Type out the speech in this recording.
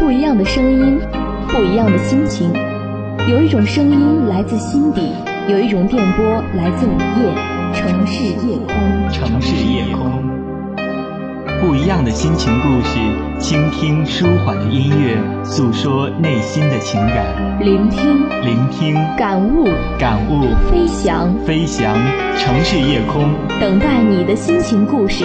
不一样的声音，不一样的心情。有一种声音来自心底，有一种电波来自午夜城市夜空。城市夜空，不一样的心情故事，倾听舒缓的音乐，诉说内心的情感，聆听，聆听，感悟，感悟，飞翔，飞翔。城市夜空，等待你的心情故事。